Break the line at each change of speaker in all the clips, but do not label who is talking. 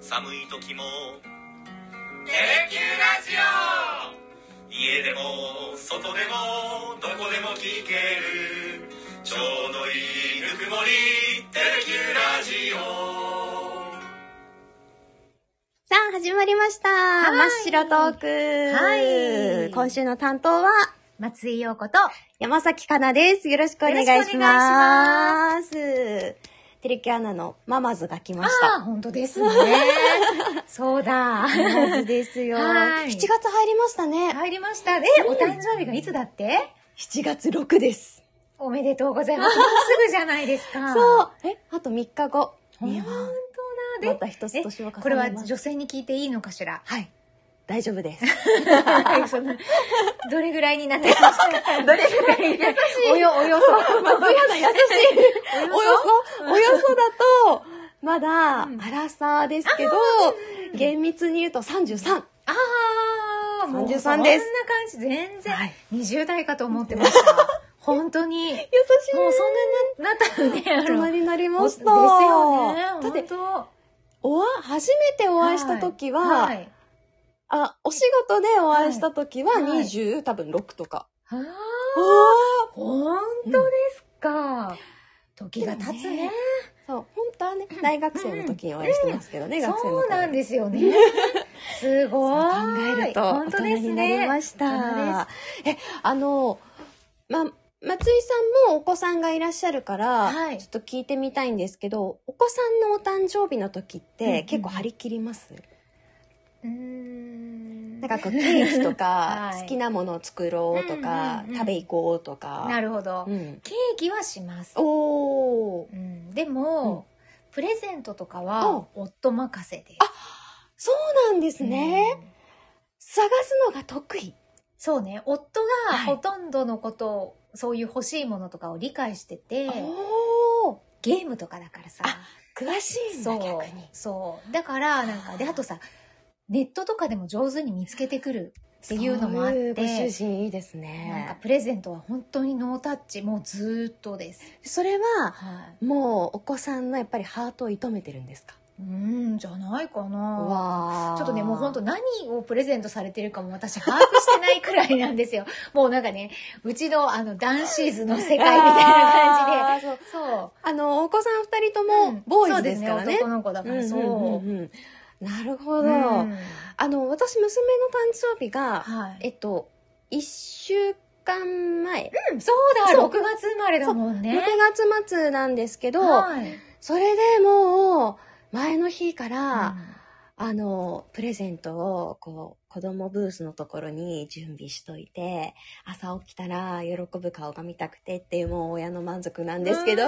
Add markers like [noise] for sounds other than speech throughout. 寒い時も
テレキューラジオ
家でも外でもどこでも聞けるちょうどいいぬくもりテレキューラジオ
さあ、始まりました。真っ白トーク。
はい
今週の担当は、
松井陽子と、
山崎かなです。よろしくお願いします。
よろしくお願
テレキュアナのママズが来まし
ああ、
た。
本当ですね。 [laughs] そうだ。
ママズですよ。
はい
7月入りましたね。
入りましたね。お誕生日がいつだって
7月6です。
おめでとうございます。もうすぐじゃないですか。
そう。え、あと3日後。
本
いや
当
ー
だ。
ま
で、
た一つ年を重ねます。
これは女性に聞いていいのかしら
はい。大丈夫 [laughs] です。
そのどれぐらいになってました [laughs] どれぐらい優しい。およ、およそ。
松山優しい。およそ、およそだと、まだ、
うん
アラサーですけど、厳密に言うと33。
ああ、もう
33
そんな感
です
じ、全然
はい。
20代かと思ってました。本当に。もう
優し
そん [laughs] なになったの
大
ね。
人になりました。
ですよね。
だって、
本
おわ、初めて
当
お会いした時は、
はいはい
あ、お仕事でお会いした時は
はいはい
20、多分6とか。
あ
お
ー
わ
本当ですか。時が経つ
でもね
ね。
そう、本当はね、大学生の時にお会いしてますけどね、学生の頃
そうなんですよ
[laughs]
ね。すご
考
い。
えると大
本当
人
です
になり
ね。
ました。
大人
え、あの、ま、松井さんもお子さんがいらっしゃるから、
はい
ちょっと聞いてみたいんですけど、お子さんのお誕生日の時っ
うんう
て
ん
結構張り切ります、
うーん
なんかこうケーキとか、
[laughs] はい
好きなものを作ろうとか、
うんうんうん
食べ行こうとか。
なるほど
う。ん。
ケーキはします。
おー
うんでも、プレゼントとか
う
は
ん
夫任せです。
そうなんですね。
うん
探すのが得意。
そうね。夫が
はい
ほとんどのことを、そういう欲しいものとかを理解してて、
おー
ゲームとかだからさ。
あ詳しいん
そ
だ、
う
逆に。。
そう。だから、なんか、で、あとさ、ネットとかでも上手に見つけてくるっていうのもあっ
そういうご主
て、
人いいです
なんか
ね。
プレゼントは本当にノータッチ、もうずーっとです。
それは、
は
もうお子さんのやっぱりハートを射止めてるんですか
い。うん、じゃないかな。
わ
ちょっとね、もう本当何をプレゼントされてるかも私把握してないくらいなん [laughs] ですよ。もうなんかね、うちのあの、男子図の世界みたいな感
じで
じで。そう。
あのお子さん二人と
う
も
ん
ボーイズですからね,
そうですね男の子だ
う
か
んうんうんうん、
ら、そ
なる
う。
ほど、
うん
あの私娘の誕生日が、
はい。
えっと1週間前、
うんそうだ、
そう
6月生まれだもん
6
ね。
月末なんですけど、
はい
それでもう前の日から、
うん
あの、プレゼントを、こう、子供ブースのところに準備しといて、朝起きたら喜ぶ顔が見たくてっていうもう親の満足なんですけど、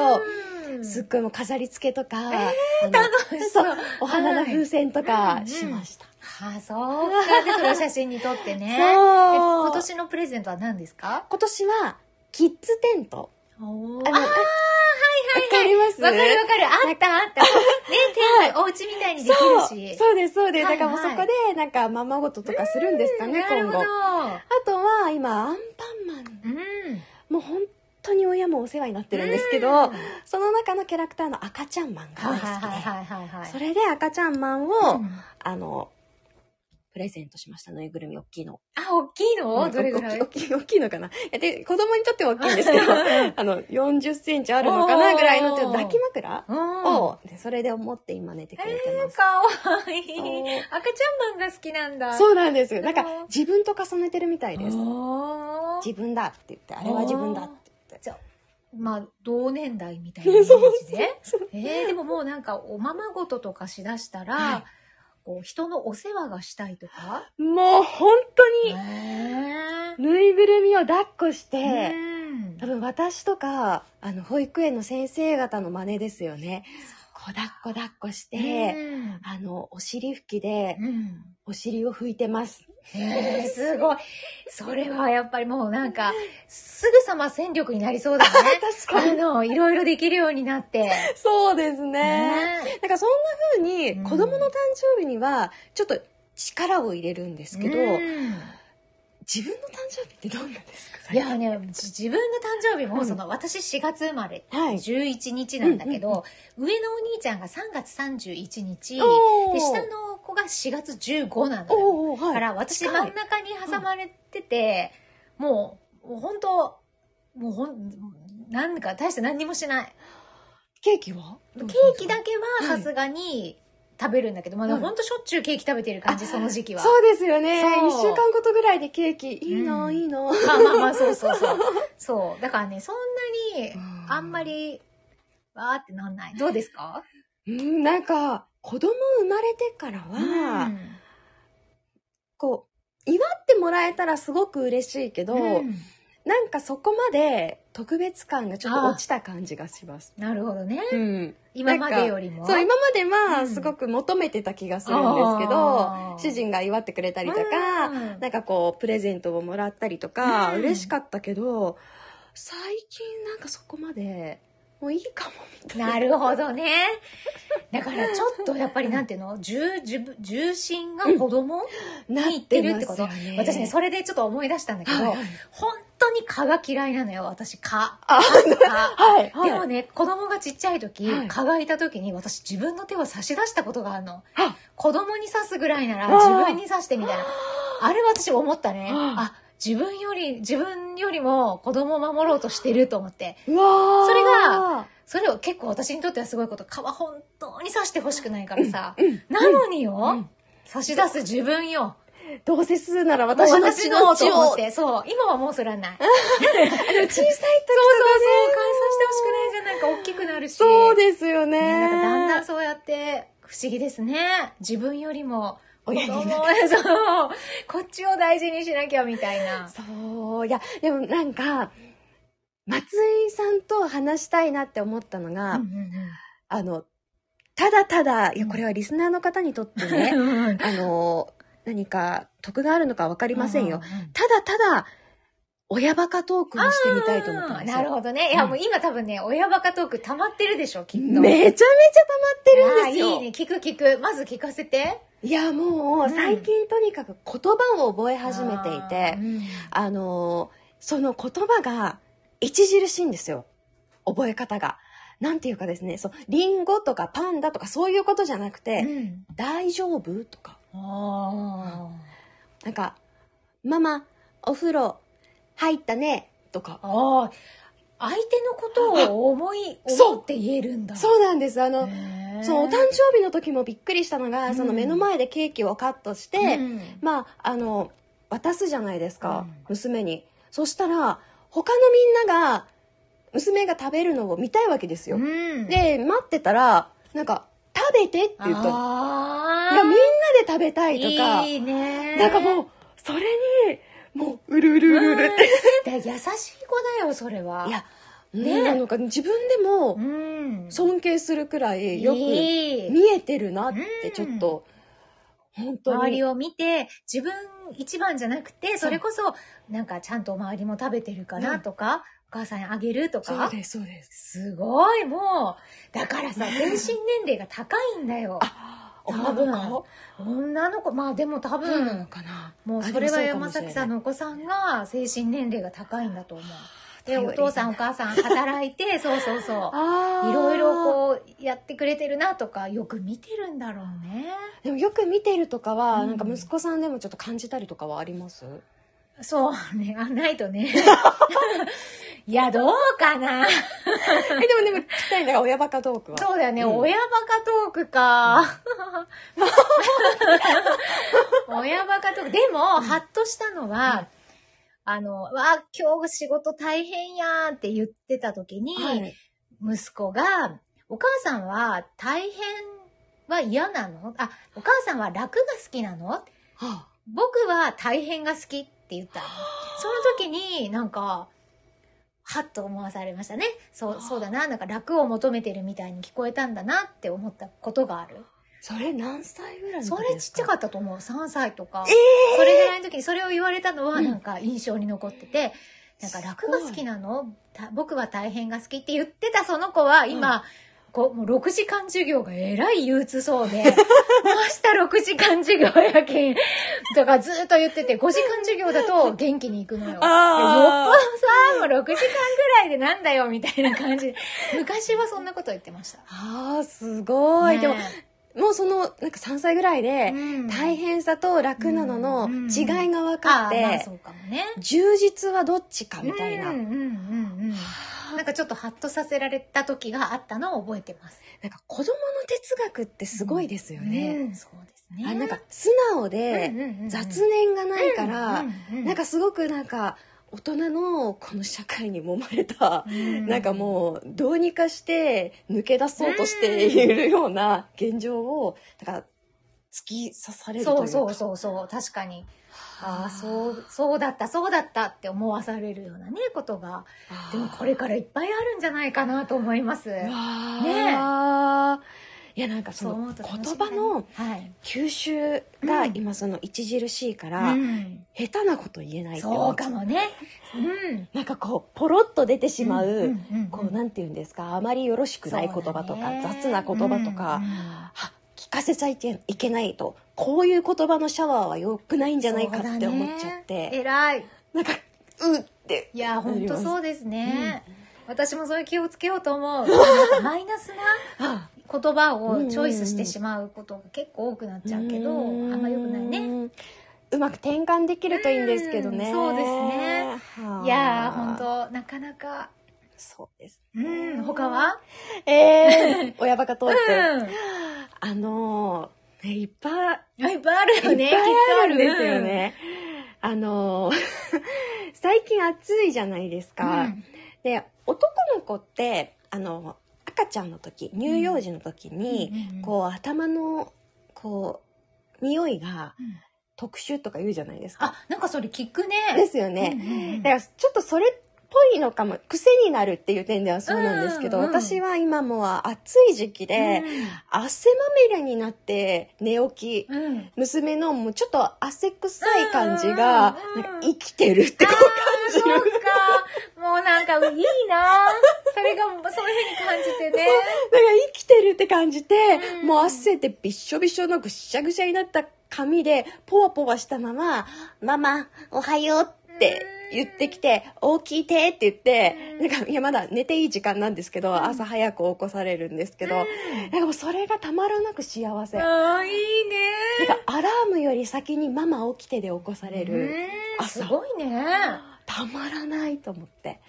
うん
すっごいもう飾り付けとか、
え
あの
楽しそう。
そうお花の風船と
は
か
い
しました。
ああ、そうか。で、それを写真に撮ってね。え
そう
今年のプレゼントは何ですか
今年は、キッズテント。
おー
あ
あ
の、わかります
わかるわかる。あったあ
[laughs]
った。ね、天気、お家みたいにできるし。
そうそうです、そうです。
は
だ
い
か
は
ら
い
もうそこで、なんか、ままごととかするんですかね、
なる
今
ほ
後。
ど
あ。とは、今、アンパンマン。
うん。
もう本当に親もお世話になってるんですけど、
うん
その中のキャラクターの赤ちゃんマンが
はい
大好
はい
きで、
はいはいはい。
それで赤ちゃんマン
う
を、
ん
あの、プレゼントしました。ぬいぐるみ、大きいの。
あ、大きいのどれぐらい
大きい、大きいのかな。いやで、子供にとっては大きいん
[laughs]
ですけど、あの、40センチあるのかなぐらいの、ちょっと抱き枕
うん。
を、でそれで思って今寝てくれてます。
かわいい。赤ちゃん
そ
マンが好きなんだ。
う
う
そうなんですよ。
うん
なんか、自分と重ねてるみたいです。
す。
自分だって言って、あれは自分だって言って。
まあ、同年代みたいなイメージ [laughs] で。えーでももうなんか、おままごととかしだしたら、
はい
こう人のお世話がしたいとか。
もう本当に、
ね
ぬいぐるみを抱っこして、
えうん
多分私とか、あの、保育園の先生方の真似ですよね。こう抱っこ抱っこして、
うん
あの、お尻拭きで、
うん
お尻を拭いてます。
えーすごい。それはやっぱりもうなんか、すぐさま戦力になりそうだ [laughs] ね。
確
あ。の、いろいろできるようになって。
[laughs] そうですね。
ね
なんかそんな風に、
うん
子供の誕生日には、ちょっと力を入れるんですけど、
うん
自分の誕生日ってどうなんですか
いやね、じ自分の誕生日も、その、私4月生まれ、
はい
11日なんだけど、上のお兄ちゃんが3月31日、で、
おー
下の子が4月15なんだよ。
おお
だ
は
から、私
近い
真ん中に挟まれてて、もう、もう本当もうほん、なんか大して何にもしない。
ケーキは
ケーキだけはさすがに食べるんだけど、まあ、
うん
ほんとしょっちゅうケーキ食べてる感じ、その時期は。
そうですよね。
そう
一週間ごとぐらいでケーキ。いいな、
うん
いいな。
まあまあまあ、そうそうそう。そう。だからね、そんなに、あんまり、わーってなんない。どうですか
うん、なんか、子供生まれてからは、
うん
こう、祝ってもらえたらすごく嬉しいけど、
うん
なんかそこまで特別感がちょっと落ちた感じがします。
なるほどね。
うん。
今までよりも。
そう、今までは
うん
すごく求めてた気がするんですけど、
あー
主人が祝ってくれたりとか、
うん
なんかこう、プレゼントをもらったりとか、
うん
嬉しかったけど、最近なんかそこまで、もういいかもみたいな。
なるほどね。だからちょっとやっぱりなんていうの重、重重心が子供
な
にいってるってこと、
ますよ
私ね、それでちょっと思い出したんだけど、
はいはい
本当に蚊が嫌いなのよ、私、蚊。
あ
蚊
はい、はい。
でもね、子供がちっちゃい時、
はい
蚊がいた時に私自分の手を差し出したことがあるの。
あ
子供に刺すぐらいなら
あー
自分に刺してみたいな。あれ私思ったね。
あ
あ、自分より、自分よりも子供を守ろうとしてると思って。
うわー
それが、それを結構私にとってはすごいこと。蚊は本当に刺してほしくないからさ。なのによ、
ん
差し出す自分よ。
どうせするなら
もう
私の
私
血
の
の
と
血
思っ
を。
て。そう。今はもうそれは
[laughs]
ない。
あの小さい時とかね。
そう、解散してほしくないじゃん。なんか大きくなるし。
そうですよね。
ねなんかだんだんそうやって、不思議ですね。自分よりも、
親になる
子供をそうこっちを大事にしなきゃみたいな。
そう。いや、でもなんか、松井さんと話したいなって思ったのが、
うんうん
あの、ただただ、いや、これはリスナーの方にとって
[laughs]
ね、
うん
あの、何か得があるのかわかりませんよ。
うんうんうん。
ただただ、親バカトークをしてみたいと思ったん
あー
ですよ。
なるほどね。いや、
うん
もう今多分ね、親バカトーク溜まってるでしょ、きっと。
めちゃめちゃ溜まってるんですよ。
あーいいね。聞く聞く。まず聞かせて。
いや、も
うん
う、最近とにかく言葉を覚え始めてい
あ
て
ー、うん
あ,、のー、その言葉が著しいんですよ。覚え方が。なんていうかですね、そう、リンゴとかパンダとかそういうことじゃなくて、
うん。
大丈夫とか、
あ
なんか、ママ、お風呂、入ったね、とか
ー。あー。相手のことを思い、
そう
思って言えるんだ。
そうなんです。あの、
ね。
そのお誕生日の時もびっくりしたのが、その目の前でケーキをカットして、
うん
まあ、あの、渡すじゃないですか、
うん
娘に。そしたら、他のみんなが、娘が食べるのを見たいわけですよ。
うん。
で、待ってたら、なんか、食べてって言ったの。
あ
い
ー
やみんなで食べたいとか、
いいね。
なんかもう、それに、もう、うるうるうるうるって。
うん。だ優しい子だよ、それは。
いや、ね、
ね
なのか、自分で
う
も
ん。
尊敬するくらいよく
いい
見えてるなって、ちょっと、本当に。
周りを見て、自分一番じゃなくて、それこそ、なんかちゃんと周りも食べてるかなとか、お母さんにあげると
そう
か。
です、そうです。
すごい、もう。だからさ、精神年齢が高いんだよ。
あ、
多
女
分
の子
女の子、まあでも多
どうなの
分、
かな、
もうそれは山崎さんのお子さんが精神年齢が高いんだと思う。で、
頼り
お
に
父さんお母さん働いて、そうそうそう。
あー
いろいろこうやってくれてるなとかよく見てるんだろうね。
でもよく見てるとかは、
うん
なんか息子さんでもちょっと感じたりとかはあり
[laughs]
ます
そうね。あ、ないと [laughs] ね。いや、どうかな。
え、でもでも聞きたいんだが、親バカトークは。
そうだよね。
うん
親バカトークか。 [laughs] 親バカトーク。でも、ハッとしたのは、あの、わあ、今日仕事大変やーって言ってた時に、
はい。
息子が、お母さんは大変は嫌なのあ、お母さんは楽が好きなの
は
僕は大変が好きって言ったの。その時になんか、はっと思わされましたね。そう、そうだな。なんか楽を求めてるみたいに聞こえたんだなって思ったことがある。
それ何歳ぐらいの
そ
時
れ
で
ち
す
っちゃ
か
かったと思う。3歳とか。それぐらいの時にそれを言われたのはなんか印象に残ってて、なんか楽が好きなのた僕は大変が好きって言ってたその子は今、こう、もう6時間授業がえらい憂鬱そう
[laughs]
で、明日6時間授業やけん。とかずっと言ってて、5時間授業だと元気に行くのよ。でよっぽど
あ
さ、もう6時間ぐらいでなんだよ、みたいな感じで。昔はそんなこと言ってました。
あー、すごい。
ね
でも、もうその、なんか3歳ぐらいで、
うん
大変さと楽なのの
うん
違いが分
あ
かっ
あ、まあ
て
そ、うかもね。
充実はどっちかみたいな。
うんうんうんうん。なんかちょっとハッとさせられた時があったのを覚えてます。
なんか子供の哲学ってすごいですよ
う
ね。
んそうですね。
あなんか素直で、雑
な
念がないから、なん
か、
かすごくなんか、大人のこの社会に揉まれた、なんか
う
もうどうにかして抜け出そうとしているような現状を、だから突き刺されるという
そ
か。
うそうそうそう確かにああそうそうだったそうだったって思わされるようなねことが
あー
でもこれからいっぱいあるんじゃないかなと思います
うわ
わ
ねいやなんかそ
そう思
の
うと
言
楽しみだ
葉
ね
の
はい
吸収が
うん
今その著しいから、
うん
下手なこと言えないって
そ
思
う
っちゃ
かもねうん
なんかこうポロッと出てしまう、
んんんん
こうなんて言うんですかあまりよろしくない言葉とか、
そうだね
雑な言葉とか、
うんうん
あ聞かせちゃいけいけないとこういう言葉のシャワーは良くないんじゃないかって思っちゃっ
そうだね
て、
偉いう
なんかうって
いや本当そうですね、私もそれ気をつけようと思
[laughs]
うマイナスな
あ
言葉をチョイスしてしまうことが結構多くなっちゃうけど、あんま良くないね
ねうまく転換できるといいんですけどね、
うんそうですね
はい
やー本当なかなか
そうです
うん他は [laughs]
えー、親バカトーク、
うん
あのーねいっぱい
いっぱいあるよね
いっぱいあるん
きっ
で
と
すよね。あのー [laughs] 最近暑いじゃないです
うん
か。で、男の子って、あの、赤ちゃんの時、乳幼児の時に、
うん
こう、頭の、こう、匂いが
うん
特殊とか言うじゃないですか。
あなんかそれ聞くね
ですよね。
ね
だから、ちょっとそれっぽいのかも、癖になるっていう点ではそうなんですけど、
うんうん
私は今もう暑い時期で、汗まみれになって寝起き
うんうん
娘のもうちょっと汗臭い感じが
うんうんうん、
なんか生きてるってこ
あー
う
そう
感じる。
かもうなんかいいなそれがそういうふうに感じてね
なんか生きてるって感じて、
うん
もう汗でびっしょびしょのぐっしゃぐしゃになった髪で、ぽわぽわしたまま、ママ、おはようって言ってきて、大きいてって言って、
うん
なんか、いやまだ寝ていい時間なんですけど、朝早く起こされるんですけど、なんかもうそれがたまらなく幸せ。なんか
あーいいね
アラームより先にママ起きてで起こされる。
うん
朝
すごいね
たまらないと思って。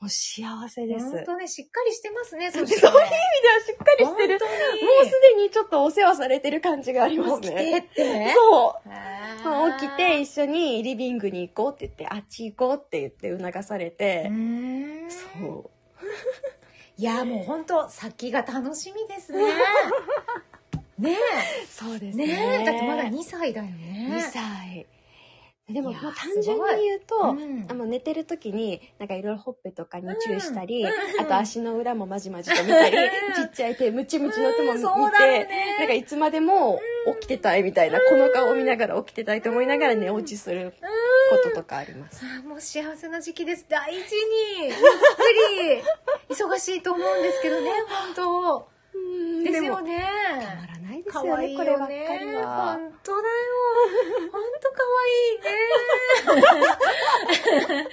もう幸せです。
本当ねしっかりしてますねそ
[laughs] そういう意味で
して
はしっかりしてる。
本当に
もうすでにちょっとお世話されてる感じがあります
起きてっ
ね。
て
そう。
あー
起きて一緒にリビングに行こうって言って、あっち行こうって言って促され
う
て。
ーん
そう。
いやもう本当先が楽しみです
[laughs]
ねね
そうで
え
す
ね
ね。
えだってまだ2歳だよ
2
ね
歳。でも
いやー
もう単純に言うと、
うん
あの寝てる時になんかいろいろほっぺとかにチューしたり、
うんうん
あと足の裏もまじまじと見たり、
うん
ちっちゃい手ムチムチの手も見て、
うんそうだよね
なんかいつまでも起きてたいみたいな、この顔を見ながら起きてたいと思いながら寝落ちすることとかあります。
あーもう幸せな時期です大事にゆっくり忙しいと思うんですけどね本当ですよね
たまらないです
可
よね
愛い
これば
よ
っか
ね
りは。
本当だよ
[laughs]
本当可
[laughs]
愛いね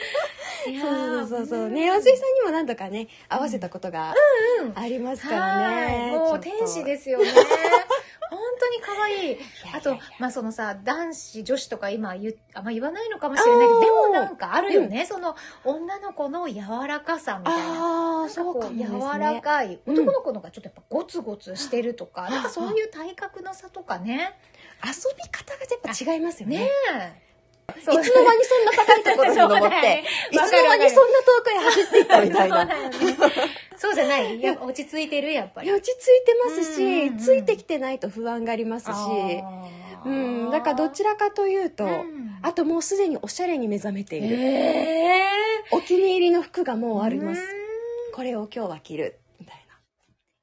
いや
そう
ー
そうそう。ね、安井さんにも何度かね、合わせたことが
うん
ありますからね。
はい、もう天使ですよね。本当に可愛い。あと、まあ、そのさ、男子、女子とか今言っ、あんま言わないのかもしれないけど、
あー
でもなんかあるよね。その、女の子の柔らかさみたいな。
あ
な
あ、
んか
そうか
こ
も
う、
ですね。
柔らかい。
うん
男の子の方がちょっとやっぱゴツゴツしてるとか、なんかそう
は
いう体格の差とかね。
遊び方がやっぱ違いますよね。
ねえ。
いつの間にそんな高いところに登っ
[laughs] そうだ
て
よね、
いつの間にそんな遠くへ走っていったみたい
そうだ
な。
よねそうじゃ [laughs] ないやっぱ落ち着いてるやっぱ
い
り
や。落ち着いてますし、
うんうんうん
ついてきてないと不安がありますし、うん、だからどちらかというと、
うん
あともうすでにおしゃれに目覚めている。
え
お気に入りの服がも
え
うあります。
うーん
これを今日は着る。みたい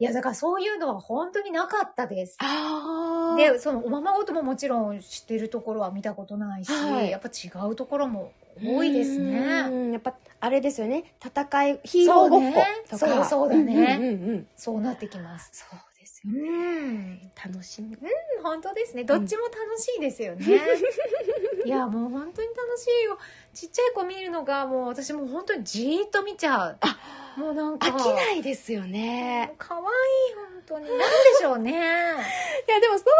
いや、だからそういうのは本当になかったです。
な。あ
で、そのおままごとももちろん知ってるところは見たことないし、
はい
やっぱ違うところも多いです
う
ね。
んやっぱ、あれですよね。戦い、ヒーローごっことか。
そうねそうそうだね
うんうんうん。
そうなってきます。
そうです
う
よ。
ん。
楽しみ。
本当ですねどっちも楽しいですよね、 [laughs] いやもう本当に楽しいよちっちゃい子見るのがもう私もう本当にじーっと見ちゃうもうなんか
飽きないいですよね。
かわいい本当になんでしょうね
いや、でもそう考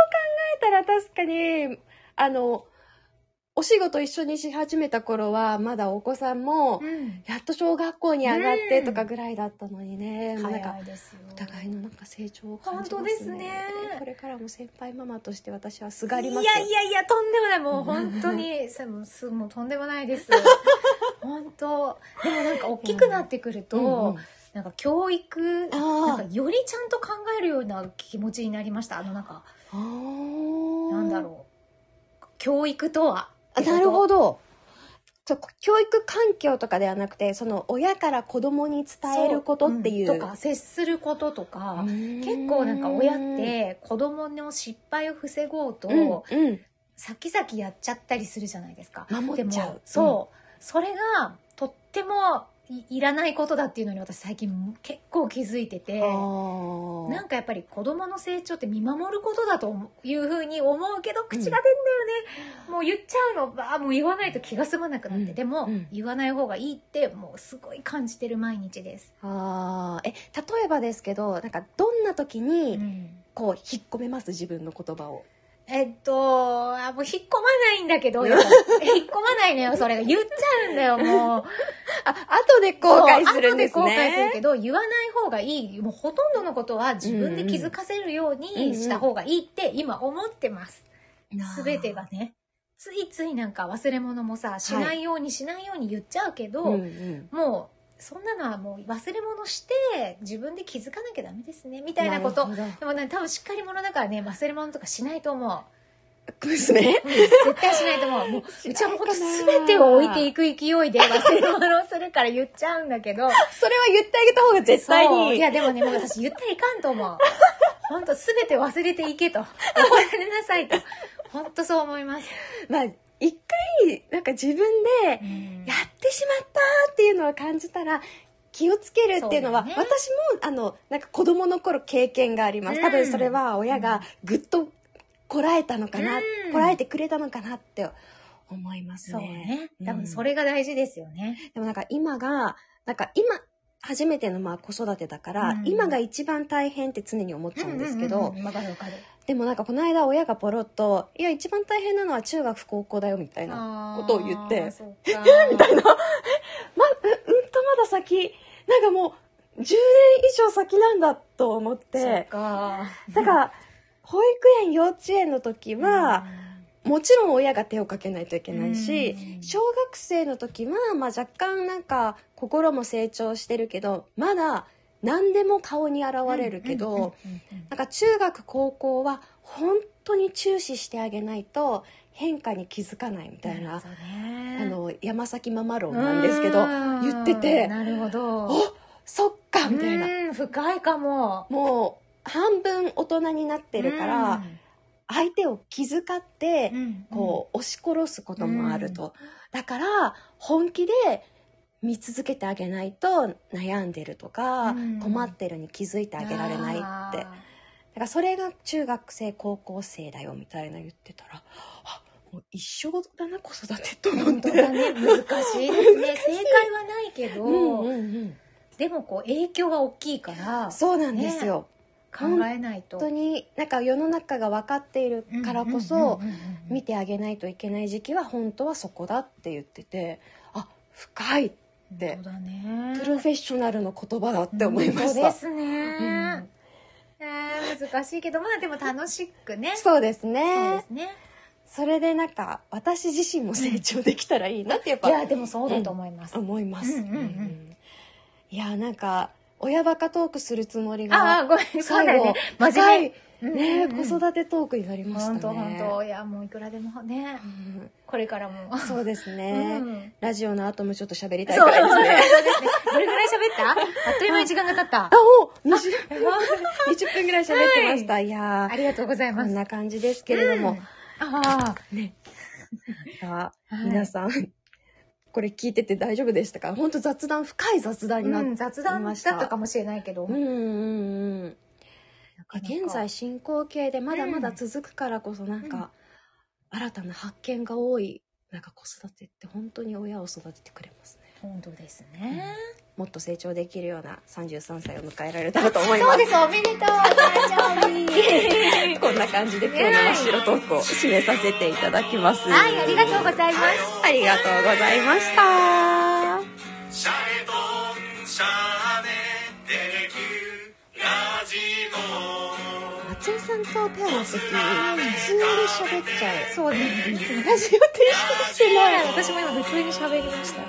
えたら確かに、あの、お仕事一緒にし始めた頃は、まだお子さんも、
うん
やっと小学校に上がっ
う
て
ん
とかぐらいだったのにね、もうなんか
早いですよ
お互いのなんか成長を感じますね
本当ですね
これからも先輩ママとして私はすがりま
い
す
やいやいやとんでもないもう本当にさもうすもうとんでもないです [laughs] 本当でもなんか大きくなってくると、
うんうん
なんか教育
あ
なん
ー
かよりちゃんと考えるような気持ちになりましたあのなんか
あー
なんだろう教育とは
あなるほ
ど
どそう教育環境とかではなくてその親から子供に伝えることっていう
とか接することとか、
結
結構なんか親って子供の失敗を防ごうと、
うん、うん
先々やっちゃったりするじゃないですか
守っちゃう
でもそう、それがとってもいいらないことだっていうのに私最近結構気づいてて
あー
なんかやっぱり子供の成長って見守ることだというふうに思うけど口が出んだよね、もう言っちゃうのばあもう言わないと気が済まなくなって、
うん
でも、
うん
言わない方がいいってもうすごい感じてる毎日です、
あーえ例えばですけどなんかどんな時
う
に
ん
こう引っ込めます自分の言葉を
えっとあもう引っ込まないんだけどよ [laughs] 引っ込まないのよそれが言っちゃうんだよもう
あ後で [laughs] 後悔するんですね
そう後で後悔するけど言わない方がいいもうほとんどのことは自分で気づかせるようにした方がいいって今思ってます、すべてがねついついなんか忘れ物もさしないようにしないように言っちゃうけど、
うんうん
もうそんなのはもう忘れ物して自分で気づかなきゃダメですねみたいなこと
るほど
でもね多分しっかり者だからね忘れ物とかしないと思う
娘
うん絶対しないと思う。もううちはもうほんと全てを置いていく勢いで忘れ物をするから言っちゃうんだけど。
それは言ってあげた方が絶対
そう
に。
いや、でもね、もう私言ったらいかんと思う。ほんと全て忘れていけと。忘れなさいと。ほんとそう思います。
まあ、一回、なんか自分で、やってしまったっていうのは感じたら、気をつけるっていうのは、
そうだ
私
ね
も、あの、なんか子供の頃経験があります。
うん
多分それは親がぐっとこらえたのかな、
うん
こらえてくれたのかなって思います
そう
ね。
ね。多分それが大事ですよね。
でもなんか今が、なんか今、初めてのまあ子育てだから、
うん
今が一番大変って常に思っちゃうんですけど、
うんうんうんわかるわかる。
でもなんかこの間親がポロッと、いや一番大変なのは中学高校だよみたいな。ことを言って
あー [laughs] そうか
みたいな。ま、う、うんとまだ先、なんかもう10年以上先なんだと思っ、
そってか。
だから、保育園、幼稚園の時は、もちろん親が手をかけないといけないし、
うん
小学生の時は、まあ若干なんか心も成長してるけど、まだ何でも顔に現れるけど、
うんうんうんうん
なんか中学高校は本当に注視してあげないと変化に気づかないみたいな、
そうね
あの山崎ママ論なんですけど言って
うん
て
なるほど
おそっかみたいな
うん深いかも
もう半分大人になってるから相手を気遣って
うん
こう押し殺すこともあるとだから本気で見続けてあげないと悩んでるとか
うん
困ってるに気づいてあげられないってだからそれが中学生高校生だよみたいな言ってたらあもう一生だな子育てと思っ
本当だ
て。
ね [laughs] 難しいですね正解はないけど、
うんうんうん
でもこう影響は大きいから
そうなんですよ、
考えないと
本当になんか世の中が分かっているからこそ
うんうんうんうんうん
見てあげないといけない時期は本当はそこだって言っててあ深いて
そうだね
プロフェッショナルの言葉だって思いまし
本当で
た、
すね、えー難しいけどまあでも楽しくね
そうです
そうで
ね
すね
それでなんか私自身も成長できたらいいなってやっ
い
ぱ
やでもそうだと思います、
思います、
うんうんうん
うんいやなんか親バカトークするつもり
あ
が
あごめんそうだ
最
よ
後
ね真
深
面
い
目
ね
うんうん
子育てトークになりました
本
ね
当本当いやもういくらでもね
うん
これからも
そうですね、
うん
ラジオの後もちょっと喋りたい
そう
く
で
らいですす
ね
ね。
どれぐらい喋ったあっという間に時間が経った
あ、。お !20 分、20分ぐらい喋ってました。いや
あ
ー
りがとうござい
こ
ま
ん
す。
な感じ
[laughs]
ですけれども、
ああ、
あ
はい
皆さん、これ聞いてて大丈夫でしたか本当雑談、深い雑談になっ
う
て
ん、雑談だったかもしれないけど、
うんうんうん。
かなか
現在進行形でまだまだ続くからこそなんか、新たな発見が多い、なんか子育てって本当に親を育ててくれますね。
本当ですね、
もっと成長できるような33歳を迎えられたらと思いま [laughs]
そ
す。
うですおめでとう誕生日
こんな感じで今日の真っ白トークを締めさせていただきます。
はいありがとうございます
ありがとうございました。
シャレとシャーネテレキューラジオ
松井さんとペアの時、普通に喋っちゃう。
そうね
ラジオ停止してない。 [laughs]
私も今普通に喋りました